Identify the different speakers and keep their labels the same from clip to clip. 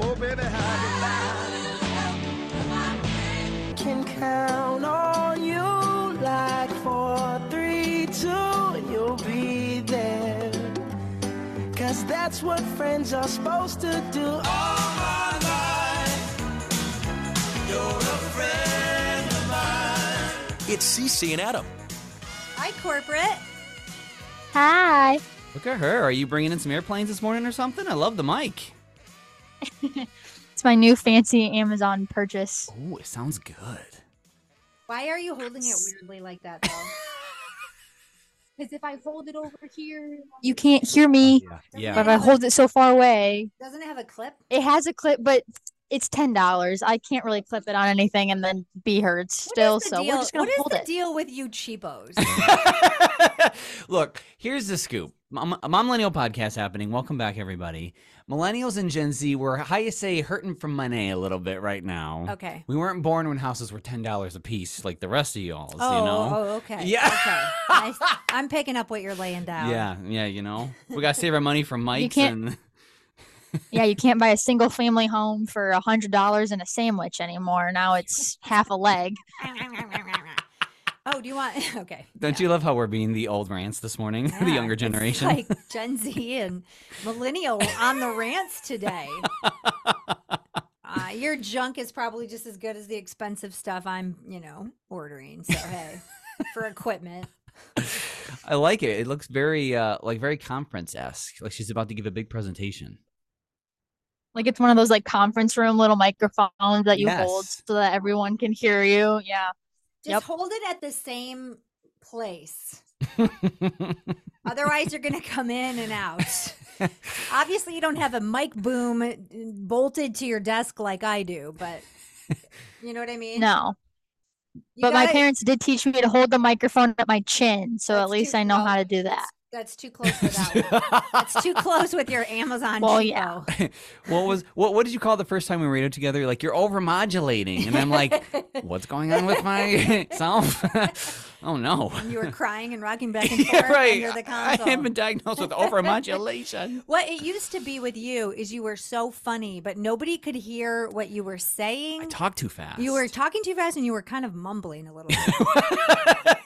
Speaker 1: Oh, baby, how
Speaker 2: can count on you like four, three, two, and you'll be there. Cause that's what friends are supposed to do. All my life, you're a friend of mine.
Speaker 3: It's Cece and Adam.
Speaker 4: Hi, corporate.
Speaker 5: Hi.
Speaker 6: Look at her. Are you bringing in some airplanes this morning or something? I love the mic.
Speaker 5: It's my new fancy Amazon purchase.
Speaker 6: Oh, it sounds good.
Speaker 4: Why are you holding it weirdly like that, though? Because if I hold it over here,
Speaker 5: You can't hear me, but
Speaker 6: Yeah.
Speaker 5: if I hold it so far away,
Speaker 4: doesn't it have a clip?
Speaker 5: it has a clip, but it's ten dollars. I can't really clip it on anything and then be heard still.
Speaker 4: What is the
Speaker 5: So
Speaker 4: deal-
Speaker 5: we're just gonna
Speaker 4: what is
Speaker 5: hold
Speaker 4: the
Speaker 5: it.
Speaker 4: deal with you cheapos?
Speaker 6: Look, here's the scoop. Mom, Mom Millennial podcast happening. Welcome back, everybody. Millennials and Gen Z were, how you say, hurting from money a little bit right now.
Speaker 4: okay.
Speaker 6: We weren't born when houses were ten dollars a piece, like the rest of y'all's.
Speaker 4: Oh,
Speaker 6: you know.
Speaker 4: oh, okay.
Speaker 6: Yeah.
Speaker 4: Okay. I, am picking up what you're laying down.
Speaker 6: Yeah, yeah, you know, we gotta save our money for mics
Speaker 5: can't-
Speaker 6: and
Speaker 5: yeah, you can't buy a single family home for a hundred dollars and a sandwich anymore. Now it's half a leg.
Speaker 4: oh, do you want? Okay.
Speaker 6: Don't you love how we're being the old rants this morning, the
Speaker 4: Yeah,
Speaker 6: younger
Speaker 4: it's
Speaker 6: generation?
Speaker 4: like Gen Z and millennial on the rants today. Uh, your junk is probably just as good as the expensive stuff I'm, you know, ordering. So hey, for equipment,
Speaker 6: I like it. It looks very, uh, like very conference esque. Like she's about to give a big presentation.
Speaker 5: Like it's one of those like conference room little microphones that you hold
Speaker 6: Yes.
Speaker 5: so that everyone can hear you. Yeah.
Speaker 4: just
Speaker 5: Yep.
Speaker 4: hold it at the same place. Otherwise, you're going to come in and out. Obviously, you don't have a mic boom uh, bolted to your desk like I do, but you know what I mean.
Speaker 5: No.
Speaker 4: You
Speaker 5: But my
Speaker 4: gotta-
Speaker 5: parents did teach me to hold the microphone at my chin, so
Speaker 4: That's
Speaker 5: at
Speaker 4: too
Speaker 5: least I know how
Speaker 4: close.
Speaker 5: to do that.
Speaker 4: That's too close for that one. That's too close with your Amazon.
Speaker 5: Well,
Speaker 4: cheapo.
Speaker 5: yeah.
Speaker 6: what was what? What did you call the first time we radioed together? Like you're overmodulating, and I'm like, what's going on with myself? oh no!
Speaker 4: And you were crying and rocking back and forth
Speaker 6: Yeah, right.
Speaker 4: under the
Speaker 6: I
Speaker 4: console.
Speaker 6: have been diagnosed with overmodulation.
Speaker 4: what it used to be with you is you were so funny, but nobody could hear what you were
Speaker 6: I
Speaker 4: saying.
Speaker 6: talk too fast.
Speaker 4: You were talking too fast and you were kind of mumbling a little bit.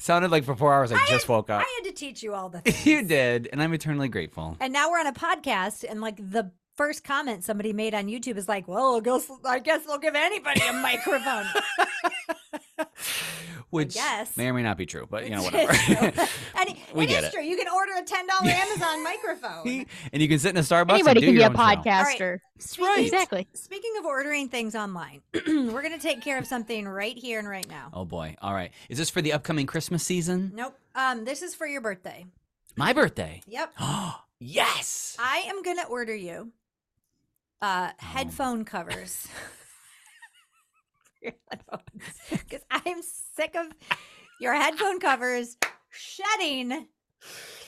Speaker 6: Sounded like for four hours I, just woke up.
Speaker 4: I had to teach you all the things.
Speaker 6: you did, and I'm eternally grateful.
Speaker 4: And now we're on a podcast, and like the first comment somebody made on YouTube is like, "Well, I guess I guess they'll give anybody a microphone."
Speaker 6: Which
Speaker 4: guess.
Speaker 6: may or may not be true, but you know
Speaker 4: It's
Speaker 6: whatever.
Speaker 4: true. and it,
Speaker 6: We
Speaker 4: it
Speaker 6: get
Speaker 4: is
Speaker 6: it.
Speaker 4: true. You can order a ten dollar Amazon microphone.
Speaker 6: and you can sit in a Starbucks.
Speaker 5: Anybody
Speaker 6: and do
Speaker 5: can be a
Speaker 6: your own show.
Speaker 5: podcaster.
Speaker 4: Speaking-
Speaker 5: Exactly.
Speaker 4: Speaking of ordering things online, we're going to take care of something right here and right now.
Speaker 6: Oh boy! All right, is this for the upcoming Christmas season?
Speaker 4: Nope. Um, this is for your birthday.
Speaker 6: My birthday.
Speaker 4: Yep.
Speaker 6: yes.
Speaker 4: I am going to order you uh,
Speaker 6: Oh.
Speaker 4: headphone covers. Because I'm sick of your headphone covers shedding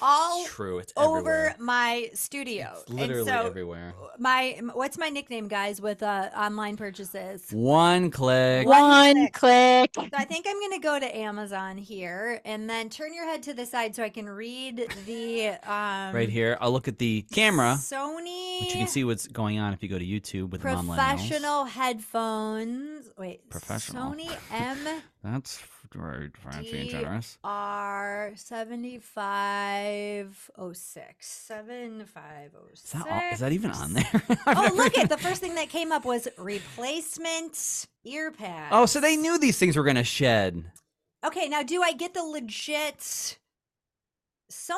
Speaker 4: all
Speaker 6: True. It's
Speaker 4: over
Speaker 6: everywhere.
Speaker 4: my studio.
Speaker 6: It's literally
Speaker 4: and so
Speaker 6: everywhere.
Speaker 4: my what's my nickname, guys, with uh, online purchases?
Speaker 6: One click.
Speaker 5: One click.
Speaker 4: So I think I'm going to go to Amazon here and then turn your head to the side so I can read the um
Speaker 6: Right here. I'll look at the camera,
Speaker 4: Sony
Speaker 6: which you can see what's going on if you go to YouTube with Mom Millennials.
Speaker 4: professional headphones. Wait,
Speaker 6: Professional.
Speaker 4: Sony M
Speaker 6: That's f- very fancy and
Speaker 4: D-
Speaker 6: generous.
Speaker 4: R seventy five oh six seven five oh
Speaker 6: Is
Speaker 4: six.
Speaker 6: that, all, is that even on there? I've
Speaker 4: Oh,
Speaker 6: never
Speaker 4: look
Speaker 6: even-
Speaker 4: at the first thing that came up was replacement ear pads.
Speaker 6: Oh, so they knew these things were gonna shed.
Speaker 4: Okay, now do I get the legit Sony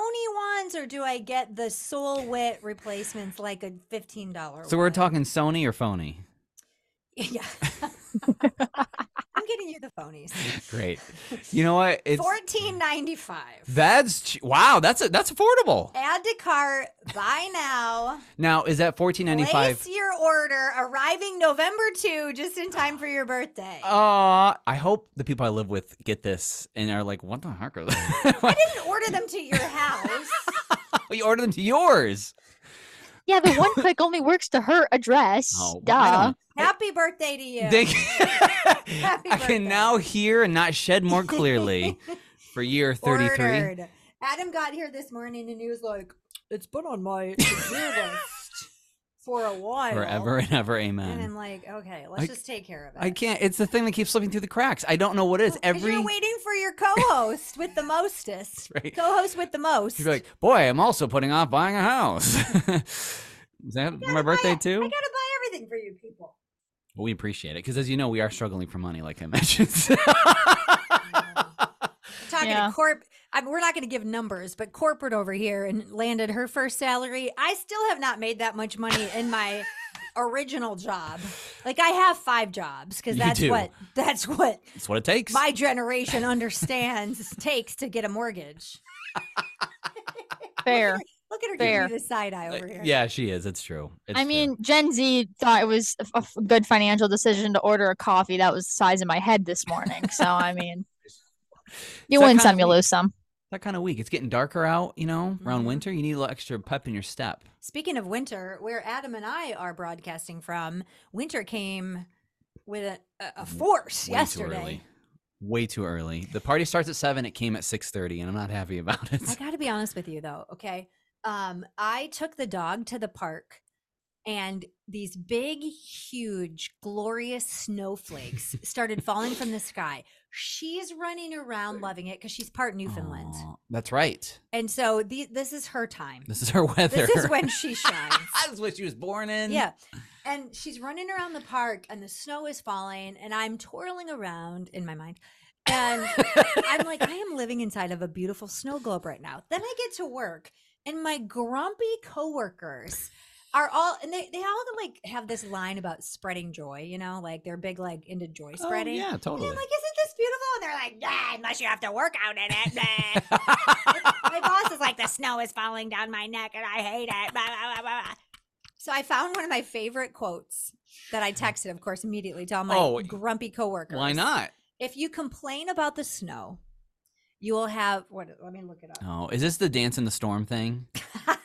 Speaker 4: ones or do I get the Solwit replacements like a fifteen dollar?
Speaker 6: So we're talking Sony or phony.
Speaker 4: Yeah. I'm getting you the phonies.
Speaker 6: Great. You know what? It's
Speaker 4: Fourteen ninety five.
Speaker 6: that's ch- wow. That's a, that's affordable.
Speaker 4: Add to cart. Buy now.
Speaker 6: Now is that fourteen ninety five?
Speaker 4: Place your order. Arriving November two, just in time for your birthday.
Speaker 6: Uh, I hope the people I live with get this and are like, "What the heck are
Speaker 4: I
Speaker 6: they?"
Speaker 4: didn't order them to your house.
Speaker 6: you order them to yours.
Speaker 5: Yeah, the one click only works to her address.
Speaker 6: Oh, well, I
Speaker 5: Duh.
Speaker 6: don't-
Speaker 4: Happy birthday to you.
Speaker 6: They-
Speaker 4: Happy
Speaker 6: I
Speaker 4: birthday.
Speaker 6: can now hear and not shed more clearly for year thirty three.
Speaker 4: Ordered. Adam got here this morning and he was like, "It's been on my to-do list for a while.
Speaker 6: forever and ever.
Speaker 4: And
Speaker 6: Amen.
Speaker 4: I'm like, okay, let's
Speaker 6: I-
Speaker 4: just take care of it.
Speaker 6: I can't. It's the thing that keeps slipping through the cracks. I don't know what it is.
Speaker 4: Well, 'cause
Speaker 6: Every
Speaker 4: you're waiting for your co-host with the mostest,
Speaker 6: right.
Speaker 4: co-host with the most.
Speaker 6: you'd be like, boy, I'm also putting off buying a house. is that
Speaker 4: gotta
Speaker 6: my birthday
Speaker 4: buy it. I
Speaker 6: too?
Speaker 4: gotta buy everything for you people.
Speaker 6: Well, we appreciate it because, as you know, we are struggling for money, like I mentioned.
Speaker 4: I'm talking
Speaker 5: Yeah.
Speaker 4: to corp. I mean, we're not going to give numbers, but corporate over here and landed her first salary. I still have not made that much money in my original job. Like I have five jobs because
Speaker 6: You
Speaker 4: that's
Speaker 6: do.
Speaker 4: what that's what
Speaker 6: That's what it takes.
Speaker 4: my generation understands takes to get a mortgage.
Speaker 5: Fair.
Speaker 4: Look at her giving
Speaker 5: Fair.
Speaker 4: me the side eye
Speaker 6: Uh,
Speaker 4: over here.
Speaker 6: yeah, she is. It's true. It's
Speaker 5: I
Speaker 6: true.
Speaker 5: mean, Gen Z thought it was a, a good financial decision to order a coffee that was the size of my head this morning. So I mean, you
Speaker 6: that
Speaker 5: win
Speaker 6: kind
Speaker 5: some,
Speaker 6: of
Speaker 5: you
Speaker 6: week-
Speaker 5: lose some.
Speaker 6: that kind of week. It's getting darker out. You know, around
Speaker 4: Mhm.
Speaker 6: winter, you need a little extra pep in your step.
Speaker 4: Speaking of winter, where Adam and I are broadcasting from, winter came with a, a- a force
Speaker 6: Way
Speaker 4: yesterday.
Speaker 6: Too early. Way too early. The party starts at seven. It came at six thirty, and I'm not happy about it.
Speaker 4: I got to be honest with you though, okay? Um, I took the dog to the park and these big, huge, glorious snowflakes started falling from the sky. She's running around loving it because she's part Newfoundland.
Speaker 6: Aw, that's right.
Speaker 4: And so the, this is her time.
Speaker 6: This is her weather.
Speaker 4: This is when she shines.
Speaker 6: This is what she was born in.
Speaker 4: Yeah. And she's running around the park and the snow is falling and I'm twirling around in my mind. And I'm like, I am living inside of a beautiful snow globe right now. Then I get to work and my grumpy coworkers are all and they, they all like have this line about spreading joy, you know, like they're big like into joy
Speaker 6: Oh,
Speaker 4: spreading.
Speaker 6: yeah,
Speaker 4: And I'm
Speaker 6: totally.
Speaker 4: like, isn't this beautiful? And they're like, nah, unless you have to work out in it. nah." my boss is like, the snow is falling down my neck and I hate it. Blah, blah, blah, blah, blah. So I found one of my favorite quotes that I texted, of course, immediately to all my
Speaker 6: Oh,
Speaker 4: grumpy coworkers.
Speaker 6: Why not?
Speaker 4: If you complain about the snow, you will have what? Let me look it up.
Speaker 6: Oh, is this the dance in the storm thing?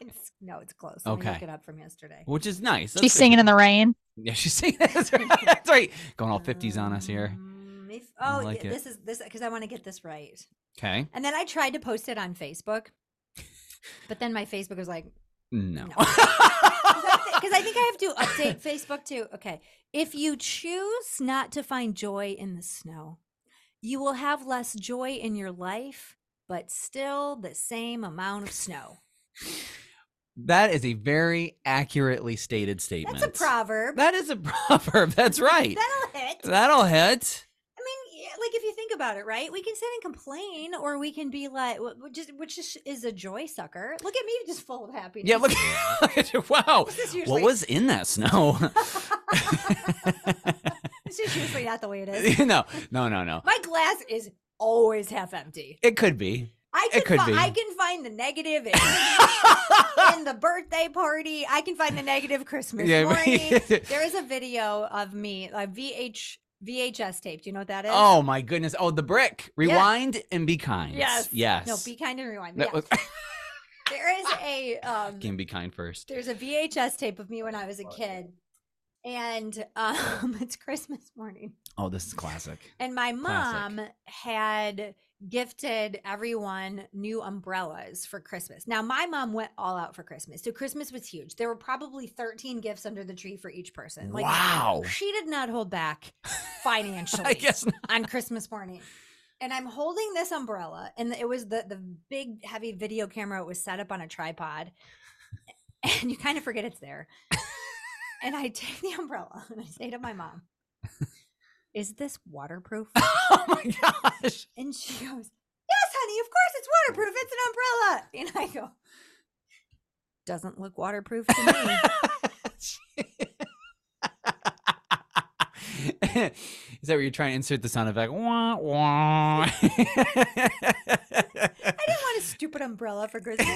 Speaker 4: It's- no, it's close. Let me look
Speaker 6: Oh. Okay.
Speaker 4: it up from yesterday.
Speaker 6: Which is nice. That's
Speaker 5: She's
Speaker 6: good.
Speaker 5: singing in the rain.
Speaker 6: Yeah, she's singing. That's right. That's right. Going all fifties on us here.
Speaker 4: Um, if-
Speaker 6: I
Speaker 4: oh,
Speaker 6: like
Speaker 4: yeah,
Speaker 6: it.
Speaker 4: this is this because I want to get this right.
Speaker 6: Okay.
Speaker 4: And then I tried to post it on Facebook, but then my Facebook was like,
Speaker 6: No.
Speaker 4: No. 'Cause I thi- 'cause I think I have to update Facebook too. Okay. If you choose not to find joy in the snow, you will have less joy in your life, but still the same amount of snow.
Speaker 6: that is a very accurately stated statement.
Speaker 4: That's a proverb.
Speaker 6: That is a proverb. That's right.
Speaker 4: That'll hit.
Speaker 6: That'll hit.
Speaker 4: I mean, yeah, like if you think about it, right? We can sit and complain, or we can be like, wh- which is, which is, is a joy sucker. Look at me, just full of happiness.
Speaker 6: Yeah, look. wow.
Speaker 4: This is
Speaker 6: What
Speaker 4: usually,
Speaker 6: was in that snow?
Speaker 4: this is usually not the way it is.
Speaker 6: no, no, no, no.
Speaker 4: My glass is always half empty.
Speaker 6: It could be.
Speaker 4: I can
Speaker 6: It could
Speaker 4: fi- I
Speaker 6: be.
Speaker 4: can find the negative in, in the birthday party. I can find the negative Christmas
Speaker 6: Yeah, I mean-
Speaker 4: morning. there is a video of me, a VH VHS tape. Do you know what that is?
Speaker 6: oh my goodness. Oh, the brick. Rewind and be kind.
Speaker 4: yes,
Speaker 6: Yes.
Speaker 4: No, be kind and rewind.
Speaker 6: That
Speaker 4: Yeah.
Speaker 6: was-
Speaker 4: there is a um,
Speaker 6: Can be kind first.
Speaker 4: there's a VHS tape of me when I was a kid, and um, it's Christmas morning.
Speaker 6: Oh, this is classic.
Speaker 4: And my
Speaker 6: Classic.
Speaker 4: mom had gifted everyone new umbrellas for Christmas. Now, my mom went all out for Christmas. So Christmas was huge. There were probably 13 gifts under the tree for each person. Like
Speaker 6: wow.
Speaker 4: she did not hold back financially
Speaker 6: I guess not.
Speaker 4: on Christmas morning. And I'm holding this umbrella, and it was the the big heavy video camera. It was set up on a tripod, and you kind of forget it's there. and I take the umbrella and I say to my mom, "Is this waterproof?"
Speaker 6: Oh my gosh.
Speaker 4: And she goes, Yes, honey, of course it's waterproof. It's an umbrella. And I go, Doesn't look waterproof to me.
Speaker 6: Is that where you're trying to insert the sound effect? Wah, wah.
Speaker 4: I didn't want a stupid umbrella for Christmas.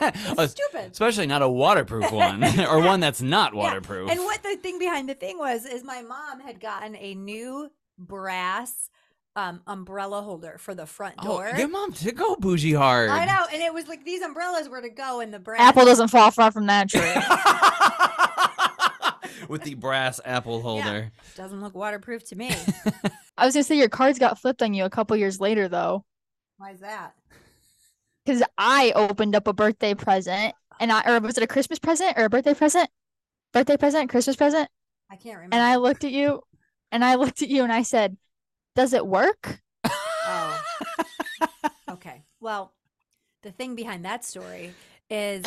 Speaker 4: It's
Speaker 6: Oh,
Speaker 4: stupid.
Speaker 6: Especially not a waterproof one or one that's not waterproof.
Speaker 4: And what the thing behind the thing was is my mom had gotten a new brass um, umbrella holder for the front door.
Speaker 6: Oh, your mom did go bougie hard.
Speaker 4: I know. And it was like these umbrellas were to go in the brass.
Speaker 5: Apple doesn't fall far from that tree.
Speaker 6: With the brass apple holder.
Speaker 4: doesn't look waterproof to me.
Speaker 5: I was gonna say your cards got flipped on you a couple years later though,
Speaker 4: Why is that?
Speaker 5: because I opened up a birthday present and I or was it a Christmas present or a birthday present? birthday present, Christmas present,
Speaker 4: I can't remember.
Speaker 5: and I looked at you, and I looked at you, and I said, "Does it work?"
Speaker 4: Oh. okay. Well, the thing behind that story is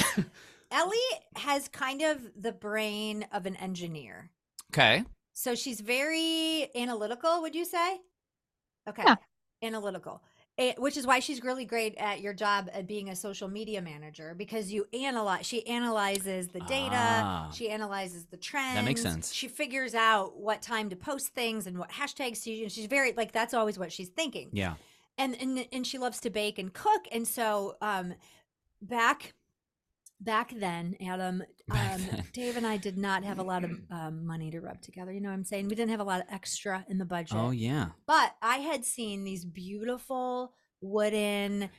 Speaker 4: Ellie has kind of the brain of an engineer.
Speaker 6: Okay.
Speaker 4: So she's very analytical, would you say? Okay.
Speaker 5: Yeah.
Speaker 4: Analytical. Eh, which is why she's really great at your job at being a social media manager because you analyze she analyzes the data,
Speaker 6: Ah.
Speaker 4: she analyzes the trends.
Speaker 6: makes sense.
Speaker 4: She figures out what time to post things and what hashtags to use. And she's very like that's always what she's thinking
Speaker 6: Yeah.
Speaker 4: and and and she loves to bake and cook and so um back back then adam
Speaker 6: Back
Speaker 4: um
Speaker 6: then.
Speaker 4: dave and i did not have a lot of um, money to rub together you know what i'm saying we didn't have a lot of extra in the budget
Speaker 6: Oh yeah.
Speaker 4: but i had seen these beautiful wooden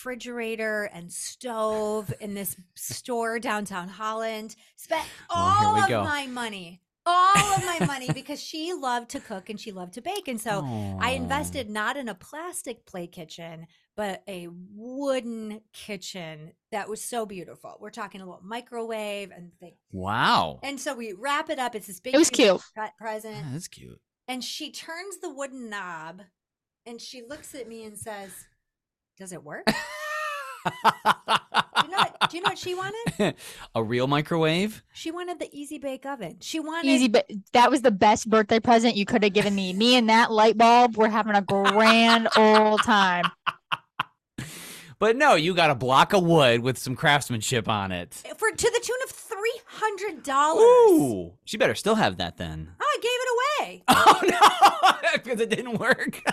Speaker 4: refrigerator and stove in this store downtown holland spent
Speaker 6: Oh, here
Speaker 4: all
Speaker 6: we
Speaker 4: of
Speaker 6: go.
Speaker 4: my money all of my money because she loved to cook and she loved to bake and so I invested not in a plastic play kitchen, but a wooden kitchen that was so beautiful. We're talking a little microwave and thing.
Speaker 6: Wow.
Speaker 4: And so we wrap it up. It's this big
Speaker 5: It was
Speaker 4: huge
Speaker 5: cute.
Speaker 4: pre-
Speaker 6: Yeah,
Speaker 4: present.
Speaker 6: that's cute.
Speaker 4: And she turns the wooden knob and she looks at me and says, Does it work? Do you know what, do you know what she wanted?
Speaker 6: a real microwave?
Speaker 4: She wanted the easy bake oven. She wanted
Speaker 5: Easy, but that was the best birthday present you could have given me. Me and that light bulb were having a grand old time.
Speaker 6: But no, you got a block of wood with some craftsmanship on it.
Speaker 4: for to the tune of three hundred dollars. Oh,
Speaker 6: Ooh, she better still have that then.
Speaker 4: I gave it away.
Speaker 6: Oh no, because it didn't work.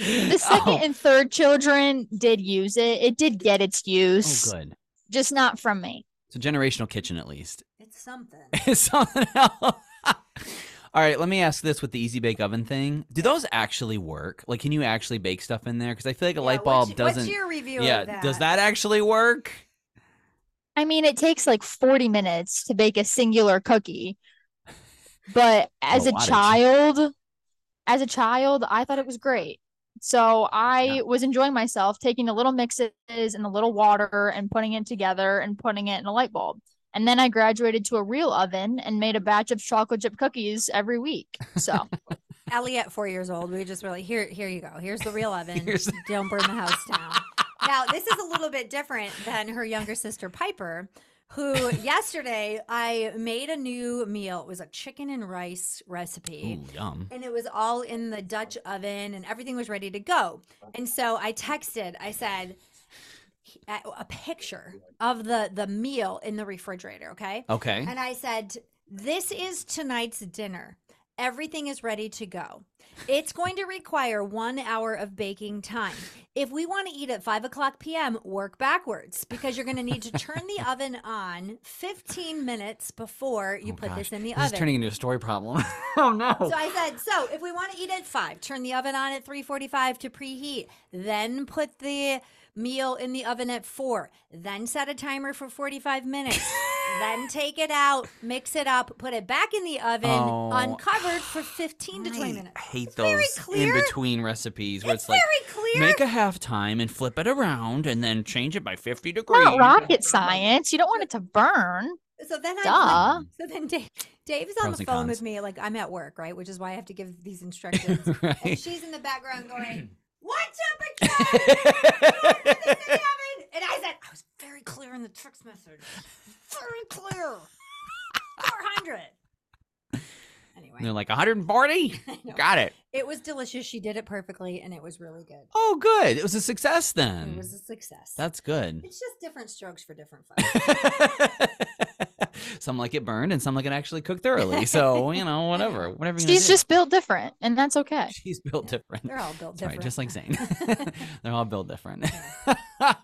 Speaker 5: The second
Speaker 6: Oh.
Speaker 5: and third children did use it. It did get its use,
Speaker 6: oh, good.
Speaker 5: just not from me.
Speaker 6: It's a generational kitchen, at least.
Speaker 4: It's something.
Speaker 6: It's something else. All right, let me ask this with the easy bake oven thing. Do those actually work? Like, can you actually bake stuff in there? Because I feel like a
Speaker 4: Yeah,
Speaker 6: light
Speaker 4: what's
Speaker 6: bulb
Speaker 4: y-
Speaker 6: doesn't.
Speaker 4: What's your review?
Speaker 6: yeah,
Speaker 4: of that?
Speaker 6: does that actually work?
Speaker 5: I mean, it takes like 40 minutes to bake a singular cookie. But as a
Speaker 6: wattage.
Speaker 5: child, as a child, I thought it was great. So I
Speaker 6: Yeah.
Speaker 5: was enjoying myself taking the little mixes and the little water and putting it together and putting it in a light bulb. And then I graduated to a real oven and made a batch of chocolate chip cookies every week. So
Speaker 4: Ellie at four years old, we just really here. Here you go. Here's the real oven.
Speaker 6: Here's-
Speaker 4: Don't burn the house down. now this is a little bit different than her younger sister Piper, who yesterday I made a new meal. It was a chicken and rice recipe.
Speaker 6: Ooh, yum.
Speaker 4: And it was all in the Dutch oven and everything was ready to go. And so I texted, I said he- a a picture of the the meal in the refrigerator, okay?
Speaker 6: Okay.
Speaker 4: And I said, This is tonight's dinner. Everything is ready to go. It's going to require one hour of baking time. If we want to eat at 5 o'clock p.m., work backwards because you're going to need to turn the oven on 15 minutes before you
Speaker 6: Oh,
Speaker 4: put
Speaker 6: gosh.
Speaker 4: this in the
Speaker 6: this
Speaker 4: oven.
Speaker 6: is turning into a story problem. oh no.
Speaker 4: So I said, so if we want to eat at five, turn the oven on at 345 to preheat, then put the meal in the oven at four, then set a timer for 45 minutes, then take it out, mix it up, put it back in the oven,
Speaker 6: Oh.
Speaker 4: uncovered for 15 to 20
Speaker 6: I
Speaker 4: minutes.
Speaker 6: hate
Speaker 4: very
Speaker 6: those in
Speaker 4: clear.
Speaker 6: between recipes where it's, like
Speaker 4: very clear.
Speaker 6: make a half time and flip it around and then change it by 50 degrees.
Speaker 5: not rocket science. You don't want it to burn.
Speaker 4: so then I.
Speaker 5: Duh.
Speaker 4: So then Dave, Dave's on
Speaker 6: Pros
Speaker 4: the
Speaker 6: and
Speaker 4: phone
Speaker 6: cons.
Speaker 4: with me, like I'm at work, right? Which is why I have to give these instructions. And
Speaker 6: right.
Speaker 4: Oh, she's in the background going, What temperature? oven. And I said, I was very clear in the text message. Very clear. 400. Anyway,
Speaker 6: And they're like 140.
Speaker 4: I know.
Speaker 6: Got it.
Speaker 4: it was delicious. She did it perfectly, and it was really good.
Speaker 6: Oh, good. It was a success then.
Speaker 4: It was a success.
Speaker 6: That's good.
Speaker 4: it's just different strokes for different folks.
Speaker 6: some like it burned and some like it actually cooked thoroughly. So, you know, whatever. Whatever you
Speaker 5: She's just built different, and that's okay.
Speaker 6: She's built different.
Speaker 4: They're all built
Speaker 6: Sorry,
Speaker 4: different.
Speaker 6: just like Zane. They're all built different. all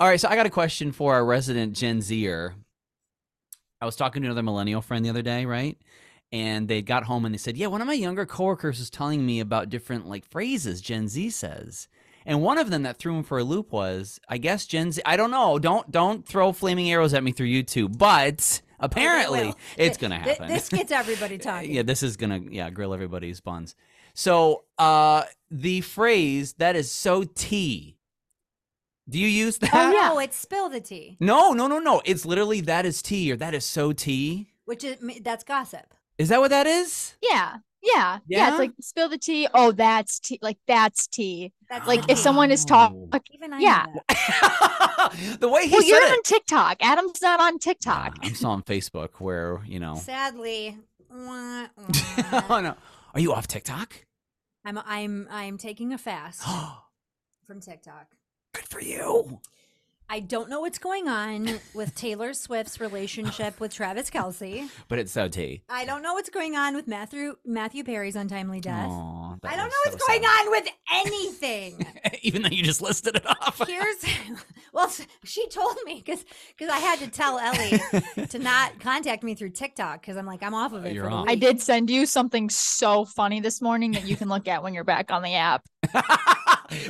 Speaker 6: right, so I got a question for our resident Gen Zer. I was talking to another millennial friend the other day, right? And they got home and they said, "Yeah, one of my younger coworkers was telling me about different like phrases Gen Z says." And one of them that threw him for a loop was, I guess Gen Z. I don't know. Don't don't throw flaming arrows at me through YouTube. But apparently,
Speaker 4: will.
Speaker 6: it's
Speaker 4: Oh, Th-
Speaker 6: gonna
Speaker 4: th-
Speaker 6: happen.
Speaker 4: This gets everybody
Speaker 6: Uh,
Speaker 4: talking.
Speaker 6: Yeah, this is gonna yeah grill everybody's buns. So uh the phrase that is so T Do you use that?
Speaker 4: Oh,
Speaker 5: yeah.
Speaker 4: no, it's spill the tea,
Speaker 6: No, no, no, no. It's literally that is tea or that is so tea.
Speaker 4: which is m- that's gossip.
Speaker 6: Is that what that is?
Speaker 5: Yeah. Yeah. Yeah.
Speaker 6: Yeah?
Speaker 5: It's like spill the tea. Oh, that's tea. Like that's tea.
Speaker 4: That's
Speaker 5: Like if
Speaker 4: tea.
Speaker 5: someone is talking.
Speaker 6: Oh.
Speaker 4: even I
Speaker 5: yeah.
Speaker 4: know that.
Speaker 6: the way he
Speaker 5: Well,
Speaker 6: said
Speaker 5: you're
Speaker 6: it.
Speaker 5: on TikTok. Adam's not on TikTok.
Speaker 6: Ah, I'm still on Facebook where, you know.
Speaker 4: Sadly, wah, wah.
Speaker 6: oh, no. Are you off TikTok?
Speaker 4: I'm I'm I'm taking a fast
Speaker 6: Good
Speaker 4: from TikTok.
Speaker 6: for you.
Speaker 4: I don't know what's going on with Taylor Swift's relationship with Travis Kelsey.
Speaker 6: But it's so tea.
Speaker 4: I don't know what's going on with Matthew Matthew Perry's untimely death.
Speaker 6: Aw, Oh, that
Speaker 4: I don't know
Speaker 6: was so
Speaker 4: what's going
Speaker 6: sad.
Speaker 4: on with anything.
Speaker 6: Even though you just listed it off.
Speaker 4: Here's well, s- she told me because because I had to tell Ellie to not contact me through TikTok because I'm like I'm off of
Speaker 6: Uh,
Speaker 4: it.
Speaker 6: you're
Speaker 4: for the
Speaker 6: off.
Speaker 5: I
Speaker 4: week.
Speaker 5: did send you something so funny this morning that you can look at when you're back on the app.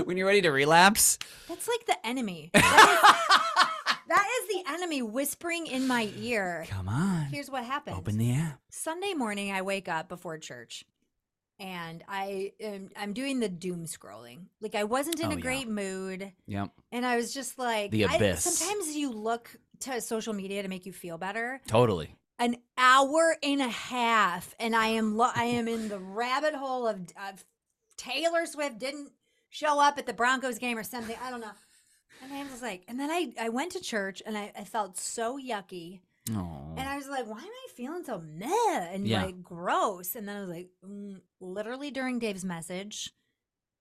Speaker 6: when you're ready to relapse.
Speaker 4: That's like the enemy. That is, that is the enemy whispering in my ear.
Speaker 6: Come on.
Speaker 4: Here's what happened.
Speaker 6: Open the app.
Speaker 4: Sunday morning, I wake up before church, and I am, I'm doing the doom scrolling. Like I wasn't in
Speaker 6: Oh,
Speaker 4: a
Speaker 6: yeah.
Speaker 4: great mood,
Speaker 6: Yep.
Speaker 4: and I was just like
Speaker 6: The
Speaker 4: I-
Speaker 6: abyss.
Speaker 4: sometimes you look to social media to make you feel better.
Speaker 6: Totally.
Speaker 4: An hour and a half, and I am lo- I am in the rabbit hole of, of Taylor Swift didn't show up at the Broncos game or something. I don't know. And I was like, and then I, I went to church and I, I felt so yucky.
Speaker 6: Oh.
Speaker 4: And I was like, why am I feeling so meh and
Speaker 6: Yeah.
Speaker 4: like gross? And then I was like, mm, literally during Dave's message,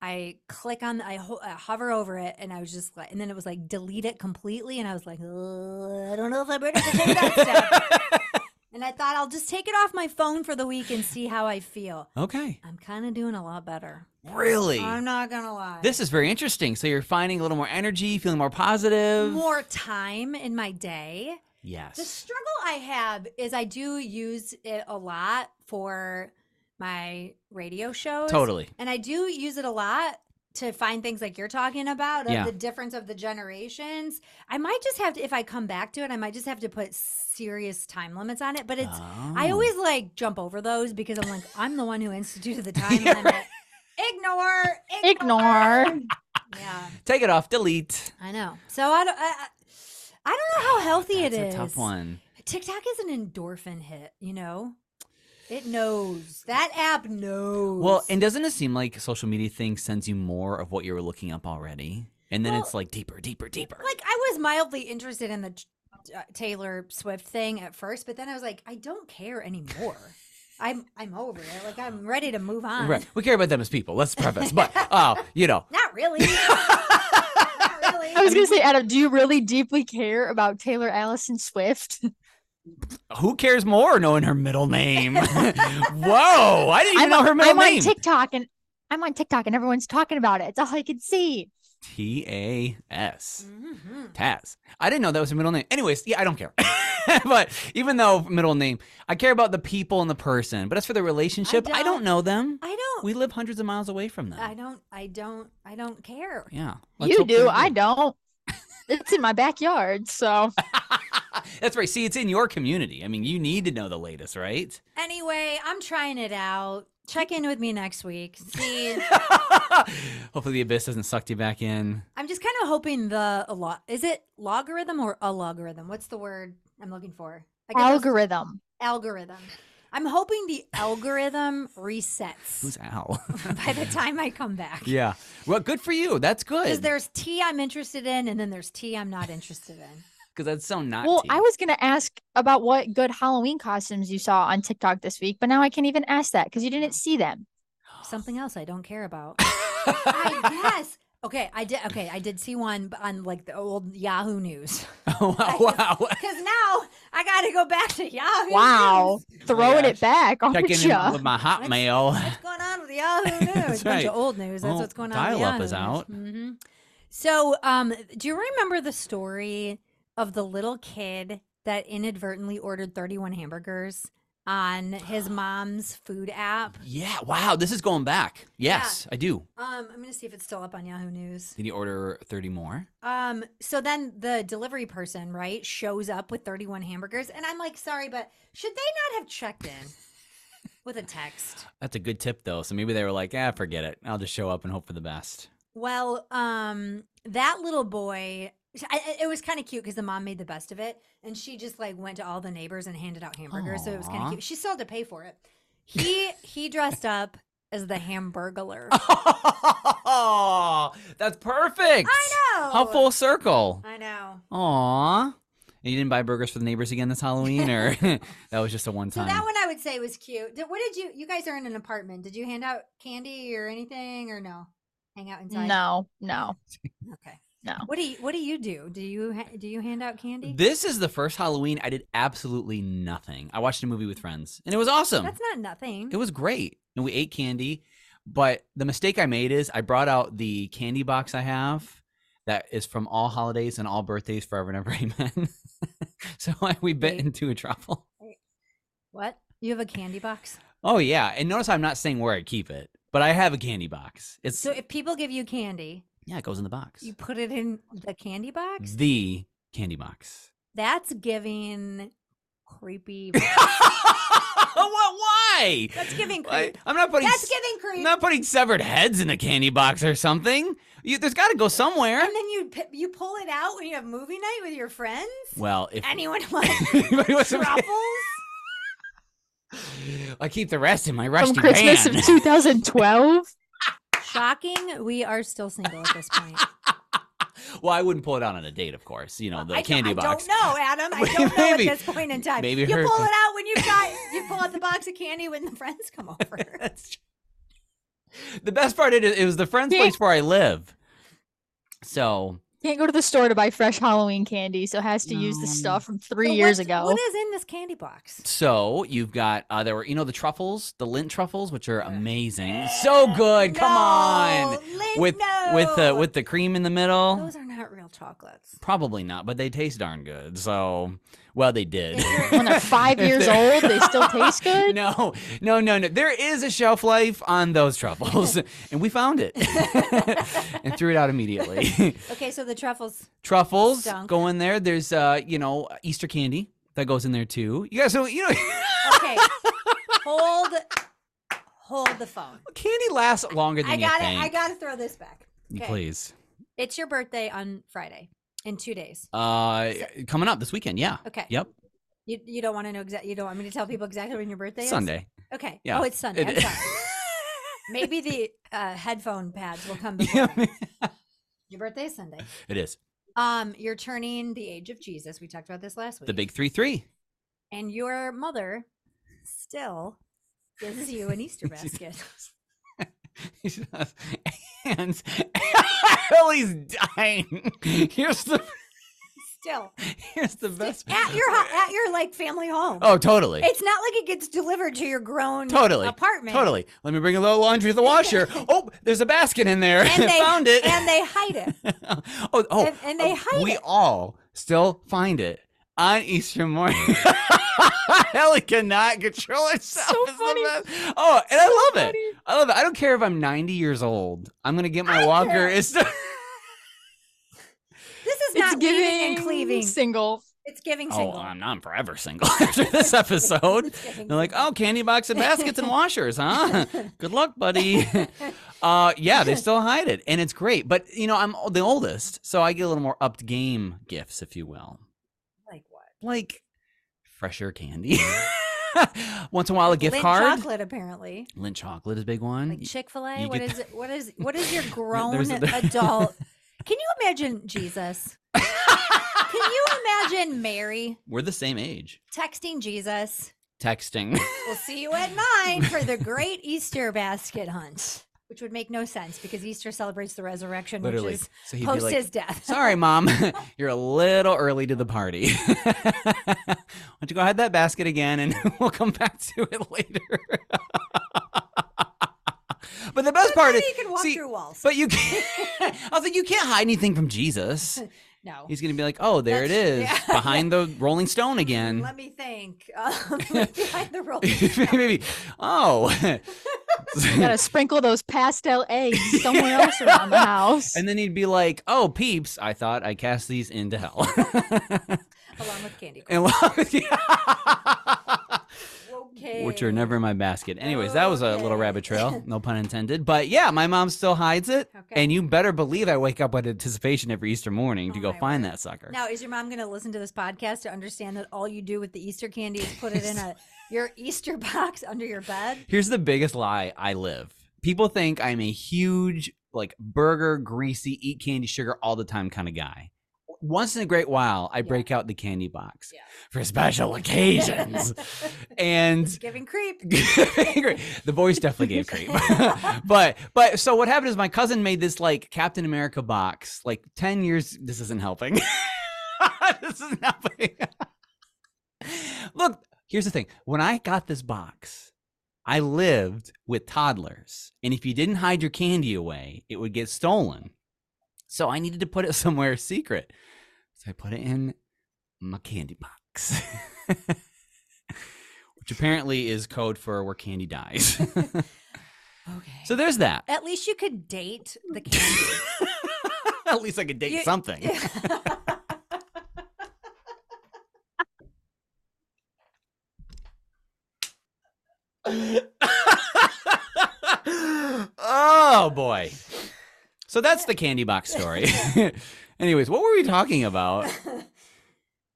Speaker 4: I click on, I, ho- I hover over it, and I was just like, and then it was like, delete it completely. And I was like, "Uh, I don't know if I'm ready to take that step. And I thought, I'll just take it off my phone for the week and see how I feel.
Speaker 6: okay.
Speaker 4: I'm kind of doing a lot better.
Speaker 6: Really?
Speaker 4: I'm not going to lie.
Speaker 6: This is very interesting. So you're finding a little more energy, feeling more positive.
Speaker 4: more time in my day.
Speaker 6: yes.
Speaker 4: The struggle I have is I do use it a lot for my radio shows.
Speaker 6: Totally.
Speaker 4: And I do use it a lot to find things like you're talking about of
Speaker 6: Yeah.
Speaker 4: the difference of the generations. I might just have to if I come back to it, I might just have to put serious time limits on it, but it's I
Speaker 6: Oh.
Speaker 4: always like jump over those because I'm like I'm the one who instituted the time limit. Ignore, ignore.
Speaker 5: Ignore.
Speaker 4: Yeah.
Speaker 6: take it off, delete.
Speaker 4: I know. So I don't I, I I don't know how healthy it
Speaker 6: That's
Speaker 4: is.
Speaker 6: a tough one.
Speaker 4: TikTok is an endorphin hit, you know? It knows. That app knows.
Speaker 6: Well, and doesn't it seem like social media thing sends you more of what you were looking up already? And then
Speaker 4: Well,
Speaker 6: it's like deeper, deeper, deeper.
Speaker 4: like I was mildly interested in the uh, Taylor Swift thing at first, but then I was like, I don't care anymore. I'm I'm over it. Like I'm ready to move on.
Speaker 6: right. We care about them as people. Let's preface. But, oh, you know.
Speaker 4: Not really. Not really.
Speaker 5: I was going to say, Adam, do you really deeply care about Taylor Allison Swift?
Speaker 6: Who cares more knowing her middle name? Whoa, I didn't even
Speaker 5: I'm,
Speaker 6: know
Speaker 5: on-
Speaker 6: her middle
Speaker 5: I'm
Speaker 6: name.
Speaker 5: on TikTok and I'm on TikTok and everyone's talking about it. It's all I can see.
Speaker 6: T A S.
Speaker 4: Mhm.
Speaker 6: Taz. I didn't know that was her middle name. Anyways, yeah, I don't care. but even though middle name, I care about the people and the person. But as for the relationship, I don't,
Speaker 4: don't-
Speaker 6: know them.
Speaker 4: I don't
Speaker 6: We live hundreds of miles away from them.
Speaker 4: I don't I don't I don't care.
Speaker 6: yeah.
Speaker 5: you do. I don't. It's in my backyard. So
Speaker 6: don't. That's right. See, it's in your community. I mean, you need to know the latest, right?
Speaker 4: Anyway, I'm trying it out. Check in with me next week. See
Speaker 6: Hopefully, the abyss hasn't sucked you back in.
Speaker 4: I'm just kind of hoping the a lot is it logarithm or a logarithm? What's the word I'm looking for? I guess it's
Speaker 5: algorithm.
Speaker 4: algorithm. I'm hoping the algorithm resets
Speaker 6: Who's Al?
Speaker 4: by the time I come back.
Speaker 6: yeah. Well, good for you. That's
Speaker 4: Because
Speaker 6: good.
Speaker 4: there's tea I'm interested in, and then there's tea I'm not interested in.
Speaker 6: Because that's so not.
Speaker 5: Well,
Speaker 6: tea.
Speaker 5: I was gonna ask about what good Halloween costumes you saw on TikTok this week, but now I can't even ask that because you didn't see them.
Speaker 4: Something else I don't care about. I guess. Okay, I did. Okay, I did see one b- on like the old Yahoo News.
Speaker 6: Oh, wow. wow.
Speaker 4: Because now I got to go back to Yahoo.
Speaker 5: Wow,
Speaker 4: News.
Speaker 5: throwing it back, aren't
Speaker 6: Oh, Checking in
Speaker 5: ya?
Speaker 6: with my hotmail.
Speaker 4: What's going on with Yahoo News?
Speaker 6: That's
Speaker 4: A bunch
Speaker 6: right.
Speaker 4: of old news. That's
Speaker 6: Oh,
Speaker 4: what's going on. with
Speaker 6: dial-up
Speaker 4: Yahoo
Speaker 6: is
Speaker 4: News.
Speaker 6: out.
Speaker 4: Mhm. So, um, do you remember the story of the little kid that inadvertently ordered 31 hamburgers on his mom's food app?
Speaker 6: Yeah. Wow. This is going back. Yes, I do.
Speaker 4: Um, I'm gonna see if it's still up on Yahoo News.
Speaker 6: Did you order 30 more?
Speaker 4: Um, so then the delivery person, right, shows up with 31 hamburgers, and I'm like, sorry, but should they not have checked in with a text?
Speaker 6: That's a good tip, though. So maybe they were like, ah, forget it. I'll just show up and hope for the best.
Speaker 4: Well, um, that little boy, I- I, it was kind of cute because the mom made the best of it, and she just like went to all the neighbors and handed out hamburgers. So it was kind
Speaker 6: Aw.
Speaker 4: of cute. She still had to pay for it. He he dressed up as the Hamburglar.
Speaker 6: Oh, that's perfect.
Speaker 4: I know.
Speaker 6: How full circle.
Speaker 4: I know.
Speaker 6: Aw. And you didn't buy burgers for the neighbors again this Halloween, or that was just a one
Speaker 4: So
Speaker 6: time.
Speaker 4: that one I would say was cute. Did- What did you? You guys are in an apartment. Did you hand out candy or anything, or no? Hang out inside.
Speaker 5: No, no.
Speaker 4: Okay.
Speaker 5: No.
Speaker 4: What do you What do you do? Do you ha- do you hand out candy?
Speaker 6: This is the first Halloween I did absolutely nothing. I watched a movie with friends, and it was awesome.
Speaker 4: That's not nothing.
Speaker 6: It was great. And we ate candy. But the mistake I made is I brought out the candy box I have that is from all holidays and all birthdays forever and ever. Amen. so I, we bit
Speaker 4: Wait.
Speaker 6: into a truffle.
Speaker 4: what? You have a candy box.
Speaker 6: Oh, yeah. And notice I'm not saying where I keep it, but I have a candy box. It's,
Speaker 4: So if people give you candy,
Speaker 6: yeah, it goes in the box.
Speaker 4: you put it in the candy
Speaker 6: Mm-hmm.
Speaker 4: box.
Speaker 6: The candy box.
Speaker 4: That's giving creepy.
Speaker 6: what? Why?
Speaker 4: That's giving
Speaker 6: I,
Speaker 4: creep.
Speaker 6: am not putting.
Speaker 4: That's
Speaker 6: s-
Speaker 4: giving
Speaker 6: I'm
Speaker 4: creep.
Speaker 6: not putting severed heads in a candy box or something. You, there's got to go somewhere.
Speaker 4: And then you pi- you pull it out when you have movie night with your friends.
Speaker 6: Well, if
Speaker 4: Anyone want
Speaker 6: Anybody wants some-
Speaker 4: truffles?
Speaker 6: I keep the rest in my
Speaker 5: From
Speaker 6: rusty
Speaker 5: Christmas
Speaker 6: van.
Speaker 5: of 2012.
Speaker 4: Shocking. We are still single at this point.
Speaker 6: well, I wouldn't pull it out on a date, of course. You know the
Speaker 4: I, don't-
Speaker 6: candy
Speaker 4: I
Speaker 6: box.
Speaker 4: don't know, Adam. I
Speaker 6: Wait,
Speaker 4: don't know
Speaker 6: maybe-
Speaker 4: at this point in time.
Speaker 6: maybe
Speaker 4: you
Speaker 6: her-
Speaker 4: pull it out when you've got you pull out the box of candy when the friends come over.
Speaker 6: That's true. the best part. It, it was the friend's
Speaker 5: Yeah.
Speaker 6: place where I live. So
Speaker 5: Can't go to the store to buy fresh Halloween candy, so has to use the
Speaker 6: No.
Speaker 5: stuff from three
Speaker 4: So
Speaker 5: years
Speaker 4: what's-
Speaker 5: ago.
Speaker 4: What is in this candy box?
Speaker 6: so you've got uh, there were you know the truffles, the lint truffles, which are amazing, so good. Come on,
Speaker 4: No, Lynn,
Speaker 6: with
Speaker 4: no.
Speaker 6: with uh, the with the cream in the middle.
Speaker 4: those are not real chocolates.
Speaker 6: Probably not, but they taste darn good. So, well, they did.
Speaker 4: If
Speaker 5: when they're five
Speaker 6: If
Speaker 5: years
Speaker 6: they're-
Speaker 5: old, they still taste good.
Speaker 6: No, no, no, no. There is a shelf life on those truffles, and we found it and threw it out immediately.
Speaker 4: Okay, so the truffles.
Speaker 6: truffles
Speaker 4: Stunk.
Speaker 6: go in there. There's, uh, you know, Easter candy that goes in there too. You guys, so you know,
Speaker 4: Okay, hold hold the phone.
Speaker 6: candy lasts longer than
Speaker 4: I got
Speaker 6: you
Speaker 4: it.
Speaker 6: think.
Speaker 4: I got to throw this back.
Speaker 6: You
Speaker 4: okay.
Speaker 6: Please,
Speaker 4: It's your birthday on Friday in two days.
Speaker 6: uh, coming up this weekend. Yeah.
Speaker 4: Okay.
Speaker 6: Yep.
Speaker 4: You, you don't want to know exactly. You don't want me to tell people exactly when your birthday is.
Speaker 6: Sunday.
Speaker 4: Okay.
Speaker 6: Yeah,
Speaker 4: Oh, it's Sunday.
Speaker 6: it
Speaker 4: I'm
Speaker 6: is.
Speaker 4: sorry. Maybe the uh, headphone pads will come. Before.
Speaker 6: Yeah, man.
Speaker 4: Your birthday is Sunday.
Speaker 6: it is
Speaker 4: Um, you're turning the age of Jesus. We talked about this last week.
Speaker 6: the big three three.
Speaker 4: And your mother still gives you an Easter basket.
Speaker 6: and Ellie's dying. Here's the
Speaker 4: still
Speaker 6: here's the best
Speaker 4: at your ho- at your like family home.
Speaker 6: Oh, totally.
Speaker 4: It's not like it gets delivered to your grown
Speaker 6: Totally.
Speaker 4: apartment.
Speaker 6: Totally. Let me bring a little laundry to the washer. oh, there's a basket in there.
Speaker 4: And they
Speaker 6: Found it.
Speaker 4: And they hide it.
Speaker 6: oh, oh.
Speaker 4: and- and they
Speaker 6: uh,
Speaker 4: hide
Speaker 6: We
Speaker 4: it.
Speaker 6: all still find it on Easter morning. Ellie cannot control herself.
Speaker 5: So
Speaker 6: It's the
Speaker 5: funny.
Speaker 6: best. Oh, and I love it.
Speaker 5: funny.
Speaker 6: I love it. I don't care if I'm 90 years old. I'm gonna get my
Speaker 4: I
Speaker 6: walker.
Speaker 4: care.
Speaker 6: It's
Speaker 4: This is
Speaker 5: It's
Speaker 4: not
Speaker 5: giving
Speaker 4: leaving and cleaving.
Speaker 5: single.
Speaker 4: It's giving
Speaker 6: oh,
Speaker 4: single.
Speaker 6: I'm, I'm forever single after this episode.
Speaker 4: It's giving
Speaker 6: They're like,
Speaker 4: single.
Speaker 6: oh, candy box and baskets and washers, huh? Good luck, buddy. uh, yeah, they still hide it, and it's great. But you know, I'm o- the oldest, so I get a little more upped game gifts, if you will,
Speaker 4: like what?
Speaker 6: like fresher candy. Once in a while, a gift
Speaker 4: Lint
Speaker 6: card.
Speaker 4: chocolate apparently.
Speaker 6: Lint chocolate is a big one.
Speaker 4: Like
Speaker 6: Y-
Speaker 4: Chick Fil
Speaker 6: you
Speaker 4: A. What
Speaker 6: get-
Speaker 4: is it? What is what is your
Speaker 6: there's
Speaker 4: grown
Speaker 6: a-
Speaker 4: adult? Can you imagine Jesus? Can you imagine Mary
Speaker 6: We're the same age.
Speaker 4: texting Jesus?
Speaker 6: Texting.
Speaker 4: We'll see you at nine for the Great Easter Basket Hunt, which would make no sense because Easter celebrates the resurrection,
Speaker 6: Literally.
Speaker 4: which is
Speaker 6: So he'd be
Speaker 4: post
Speaker 6: like,
Speaker 4: his death.
Speaker 6: Sorry, mom. You're a little early to the party. Why don't you go hide that basket again and we'll come back to it later. but the best part
Speaker 4: Maybe
Speaker 6: is,
Speaker 4: you can walk
Speaker 6: see,
Speaker 4: through walls.
Speaker 6: but you can't. I was like, you can't hide anything from Jesus.
Speaker 4: no.
Speaker 6: He's going to be like, oh, there it is,
Speaker 4: That's- yeah.
Speaker 6: behind the Rolling Stone again.
Speaker 4: Let me think. Um, behind the roll.
Speaker 6: Maybe. Oh.
Speaker 5: Gotta sprinkle those pastel eggs somewhere else around the house.
Speaker 6: and then he'd be like, oh, peeps, I thought I cast these into hell.
Speaker 4: Along with candy. corn.
Speaker 6: and love-
Speaker 4: Okay.
Speaker 6: which are never in my basket. Anyways, that was a little
Speaker 4: Okay.
Speaker 6: rabbit trail, no pun intended. But yeah, my mom still hides it.
Speaker 4: Okay.
Speaker 6: And you better believe I wake up with anticipation every Easter morning to
Speaker 4: Oh
Speaker 6: go
Speaker 4: my
Speaker 6: find
Speaker 4: word.
Speaker 6: that sucker.
Speaker 4: Now, is your mom going to listen to this podcast to understand that all you do with the Easter candy is put it in a your Easter box under your bed?
Speaker 6: Here's the biggest lie I live. People think I'm a huge like burger, greasy, eat candy, sugar all the time kind of guy. Once in a great while, I
Speaker 4: Yeah.
Speaker 6: break out the candy box
Speaker 4: Yeah.
Speaker 6: for special occasions. and
Speaker 4: It's giving creep.
Speaker 6: Great. the boys definitely gave creep. but but so what happened is my cousin made this like Captain America box. Like 10 years this isn't helping. this isn't helping. Look, here's the thing. When I got this box, I lived with toddlers. And if you didn't hide your candy away, it would get stolen. So I needed to put it somewhere secret. So I put it in my candy box. Which apparently is code for where candy dies.
Speaker 4: Okay.
Speaker 6: so there's that.
Speaker 4: at least you could date the candy.
Speaker 6: At least I could date
Speaker 4: You-
Speaker 6: something. oh boy. So that's the candy box story. Anyways, what were we talking about?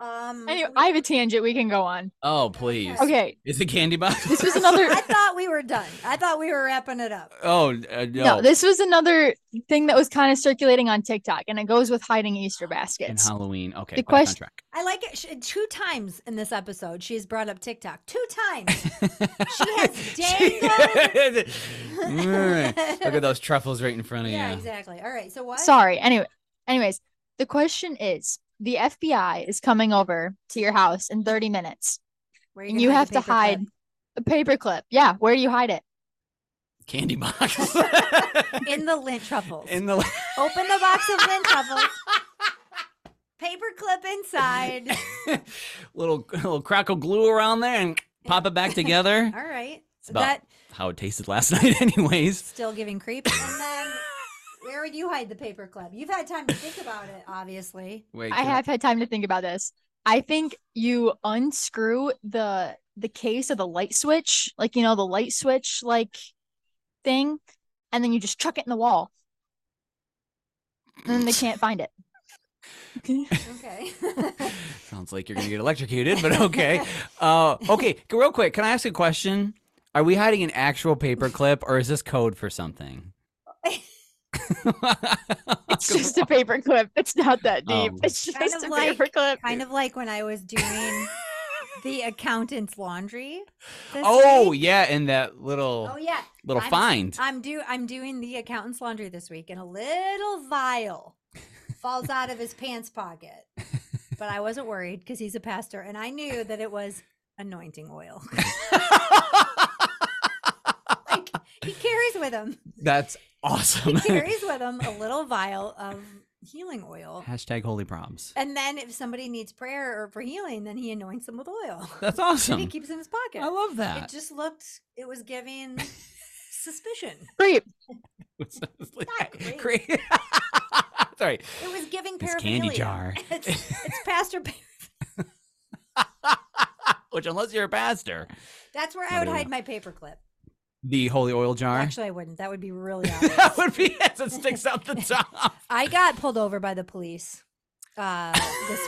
Speaker 4: um,
Speaker 5: Anyway, I have a tangent we can go on.
Speaker 6: Oh, please.
Speaker 5: Okay,
Speaker 6: Is it candy box?
Speaker 5: this was another.
Speaker 4: I thought we were done. I thought we were wrapping it up.
Speaker 6: oh, uh, no.
Speaker 5: No, this was another thing that was kind of circulating on TikTok, and it goes with hiding Easter
Speaker 6: and
Speaker 5: baskets.
Speaker 6: Halloween. Okay.
Speaker 5: the
Speaker 6: back on
Speaker 5: quest-
Speaker 6: track.
Speaker 4: I like it. She, two times in this episode, she has brought up TikTok. Two times. She has dangled.
Speaker 6: Mm, Look at those truffles right in front of
Speaker 4: yeah,
Speaker 6: you.
Speaker 4: exactly. All right. So what?
Speaker 5: Sorry. Anyway, anyways, the question is: the FBI is coming over to your house in 30 minutes,
Speaker 4: Where
Speaker 5: and
Speaker 4: gonna
Speaker 5: you have
Speaker 4: the
Speaker 5: to
Speaker 4: paperclip?
Speaker 5: hide a paperclip. Yeah, where do you hide it?
Speaker 6: Candy box.
Speaker 4: in the lint truffles.
Speaker 6: in the
Speaker 4: Open the box of lint truffles. Paperclip inside.
Speaker 6: little little crackle glue around there and pop it back together.
Speaker 4: All right.
Speaker 6: about-
Speaker 4: that
Speaker 6: How it tasted last night, anyways.
Speaker 4: still giving creep. And then where would you hide the paperclip? You've had time to think about it, obviously.
Speaker 6: Wait,
Speaker 5: I
Speaker 6: can
Speaker 5: have had time to think about this. I think you unscrew the the case of the light switch, like you know the light switch like thing, and then you just chuck it in the wall, and then they can't find it.
Speaker 4: Okay.
Speaker 6: Sounds like you're gonna get electrocuted, but okay. Uh, okay, c- real quick, can I ask a question? Are we hiding an actual paper clip, or is this code for something?
Speaker 5: It's just a paper clip. It's not that deep.
Speaker 6: Um,
Speaker 5: it's just
Speaker 4: Kind
Speaker 5: a
Speaker 4: of like-
Speaker 5: paper clip.
Speaker 4: kind of like when I was doing the accountant's laundry. this
Speaker 6: oh
Speaker 4: week.
Speaker 6: yeah, and that little
Speaker 4: Oh yeah.
Speaker 6: little
Speaker 4: I'm-
Speaker 6: find.
Speaker 4: I'm do I'm doing the accountant's laundry this week, and a little vial falls out of his pants pocket. But I wasn't worried because he's a pastor, and I knew that it was anointing oil. uh, like he carries with him,
Speaker 6: That's
Speaker 4: he
Speaker 6: awesome.
Speaker 4: carries with him a little vial of healing oil.
Speaker 6: Hashtag holy proms.
Speaker 4: And then if somebody needs prayer or for healing, then he anoints them with oil.
Speaker 6: That's
Speaker 4: and he
Speaker 6: awesome.
Speaker 4: keeps it in his pocket.
Speaker 6: I love
Speaker 4: It
Speaker 6: that.
Speaker 4: just looked. It was giving suspicion.
Speaker 5: Creep.
Speaker 4: great.
Speaker 6: Great. Sorry.
Speaker 4: It was giving
Speaker 6: His candy
Speaker 4: paraphernalia.
Speaker 6: jar.
Speaker 4: It's, it's pastor. Pa-
Speaker 6: Which, unless you're a pastor,
Speaker 4: That's where
Speaker 6: Not
Speaker 4: I would
Speaker 6: even
Speaker 4: hide my paperclip.
Speaker 6: the holy oil jar.
Speaker 4: Actually, I wouldn't. That would be really
Speaker 6: that
Speaker 4: obvious.
Speaker 6: would be it. It sticks out the top.
Speaker 4: I got pulled over by the police uh, this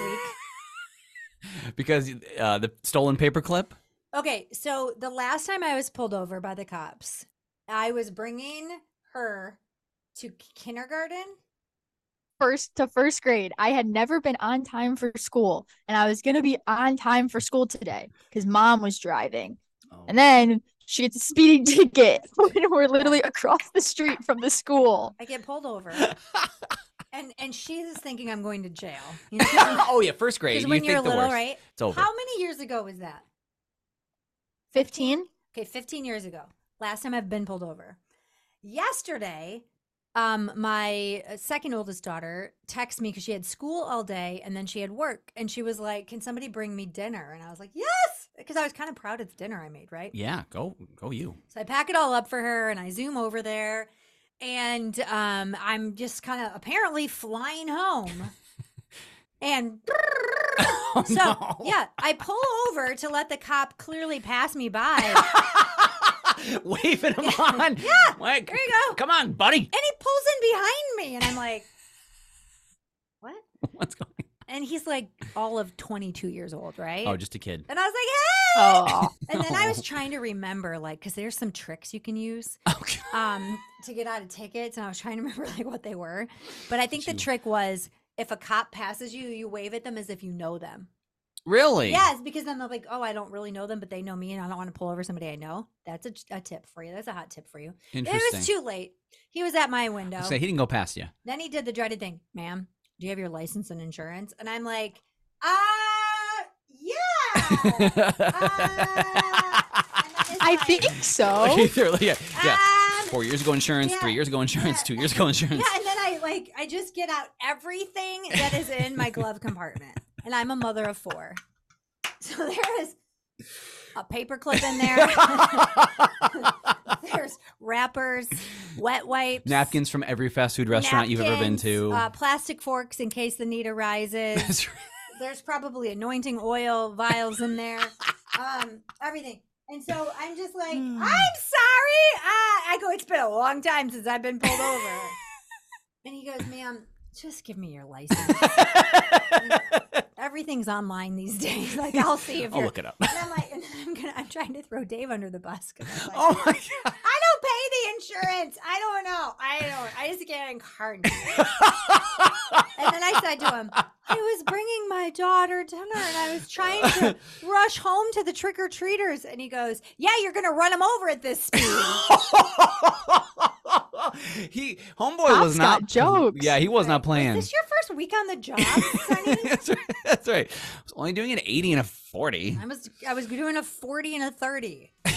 Speaker 4: week.
Speaker 6: Because uh, the stolen paperclip.
Speaker 4: Okay, so the last time I was pulled over by the cops, I was bringing her to kindergarten.
Speaker 5: First to first grade, I had never been on time for school, and I was gonna be on time for school today because mom was driving. And then she gets a speeding ticket when we're literally across the street from the school.
Speaker 4: I get pulled over, and and she's thinking I'm going to jail. You know?
Speaker 6: oh yeah, first grade.
Speaker 4: Because
Speaker 6: You
Speaker 4: when
Speaker 6: think
Speaker 4: you're
Speaker 6: the
Speaker 4: little,
Speaker 6: worst.
Speaker 4: right?
Speaker 6: It's over.
Speaker 4: How many years ago was that?
Speaker 5: 15?
Speaker 4: Okay, 15 years ago. Last time I've been pulled over. Yesterday, um, my uh, second oldest daughter texted me because she had school all day and then she had work. And she was like, Can somebody bring me dinner? And I was like, Yes! Because I was kind of proud of the dinner I made, right?
Speaker 6: yeah, go go you.
Speaker 4: So I pack it all up for her and I zoom over there. And um, I'm just kind of apparently flying home. and
Speaker 6: Oh,
Speaker 4: So
Speaker 6: no.
Speaker 4: yeah, I pull over to let the cop clearly pass me by, and
Speaker 6: Waving him on. yeah. Like,
Speaker 4: there you go.
Speaker 6: Come on, buddy.
Speaker 4: he pulls in behind me, and I'm like, "What?"
Speaker 6: What's going
Speaker 4: And he's like, all of 22 years old, right?
Speaker 6: Oh, just a kid.
Speaker 4: and I was like, "Hey!"
Speaker 5: Oh,
Speaker 4: And then I was
Speaker 6: no.
Speaker 4: trying to remember, like, because there's some tricks you can use
Speaker 6: Okay.
Speaker 4: um, to get out of tickets, and I was trying to remember like what they were. But I think the
Speaker 6: Shoot.
Speaker 4: trick was if a cop passes you, you wave at them as if you know them.
Speaker 6: Really?
Speaker 4: Yes, because then they're like, "Oh, I don't really know them, but they know me, and I don't want to pull over somebody I know." That's a, a tip for you. That's a hot tip for you.
Speaker 6: Interesting.
Speaker 4: It was too late. He was at my window.
Speaker 6: Say he didn't go past you.
Speaker 4: Then he did the dreaded thing, ma'am. Do you have your license and insurance? And I'm like, uh, yeah. Uh,
Speaker 5: I think so.
Speaker 6: Either- yeah. yeah.
Speaker 4: Um,
Speaker 6: Four years ago insurance,
Speaker 4: Ah. yeah,
Speaker 6: three years ago insurance,
Speaker 4: yeah.
Speaker 6: two years ago insurance.
Speaker 4: yeah, and then I like I just get out everything that is in my glove compartment, and I'm a mother of four, so there is a paperclip in there. There's wrappers, wet wipes,
Speaker 6: Napkins from every fast food restaurant you've ever been
Speaker 4: napkins,
Speaker 6: to.
Speaker 4: uh, plastic forks in case the need arises.
Speaker 6: That's right.
Speaker 4: there's probably anointing oil vials in there, um, everything. And so I'm just like,
Speaker 6: Hmm.
Speaker 4: I'm sorry. Uh, I go, it's been a long time since I've been pulled over. and he goes, ma'am, just give me your license. Everything's online these days. Like I'll see if
Speaker 6: I'll
Speaker 4: you're.
Speaker 6: look it up.
Speaker 4: And I'm like, and I'm gonna, I'm trying to throw Dave under the bus. 'cause I'm like,
Speaker 6: Oh my god.
Speaker 4: I don't pay the insurance. I don't know. I don't. I just get incarnated. and then I said to him, I was bringing my daughter dinner and I was trying to rush home to the trick or treaters. And he goes, Yeah, you're going to run them over at this speed.
Speaker 6: he homeboy
Speaker 5: Pop's
Speaker 6: was not
Speaker 5: got jokes.
Speaker 6: Yeah, he was
Speaker 4: Like,
Speaker 6: not playing.
Speaker 4: Is this your first week on the job, Sonny?
Speaker 6: that's, right, that's right. I was only doing an 80 and a 40
Speaker 4: I was I was doing a 40 and a 30.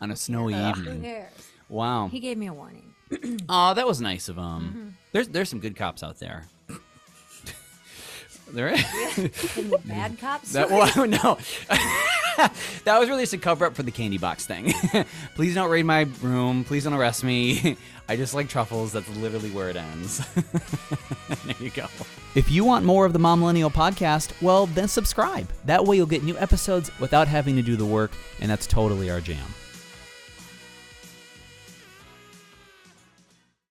Speaker 6: on a snowy
Speaker 4: Who
Speaker 6: evening.
Speaker 4: cares?
Speaker 6: Wow.
Speaker 4: He gave me a warning.
Speaker 6: Oh, that was nice of him. There's there's some good cops out there. there
Speaker 4: And the bad cops.
Speaker 6: that well, no. that was really just a cover up for the candy box thing. Please don't raid my room. Please don't arrest me. I just like truffles. That's literally where it ends. there you go. If you want more of the Mom Millennial podcast, well, then subscribe. That way you'll get new episodes without having to do the work, and that's totally our jam.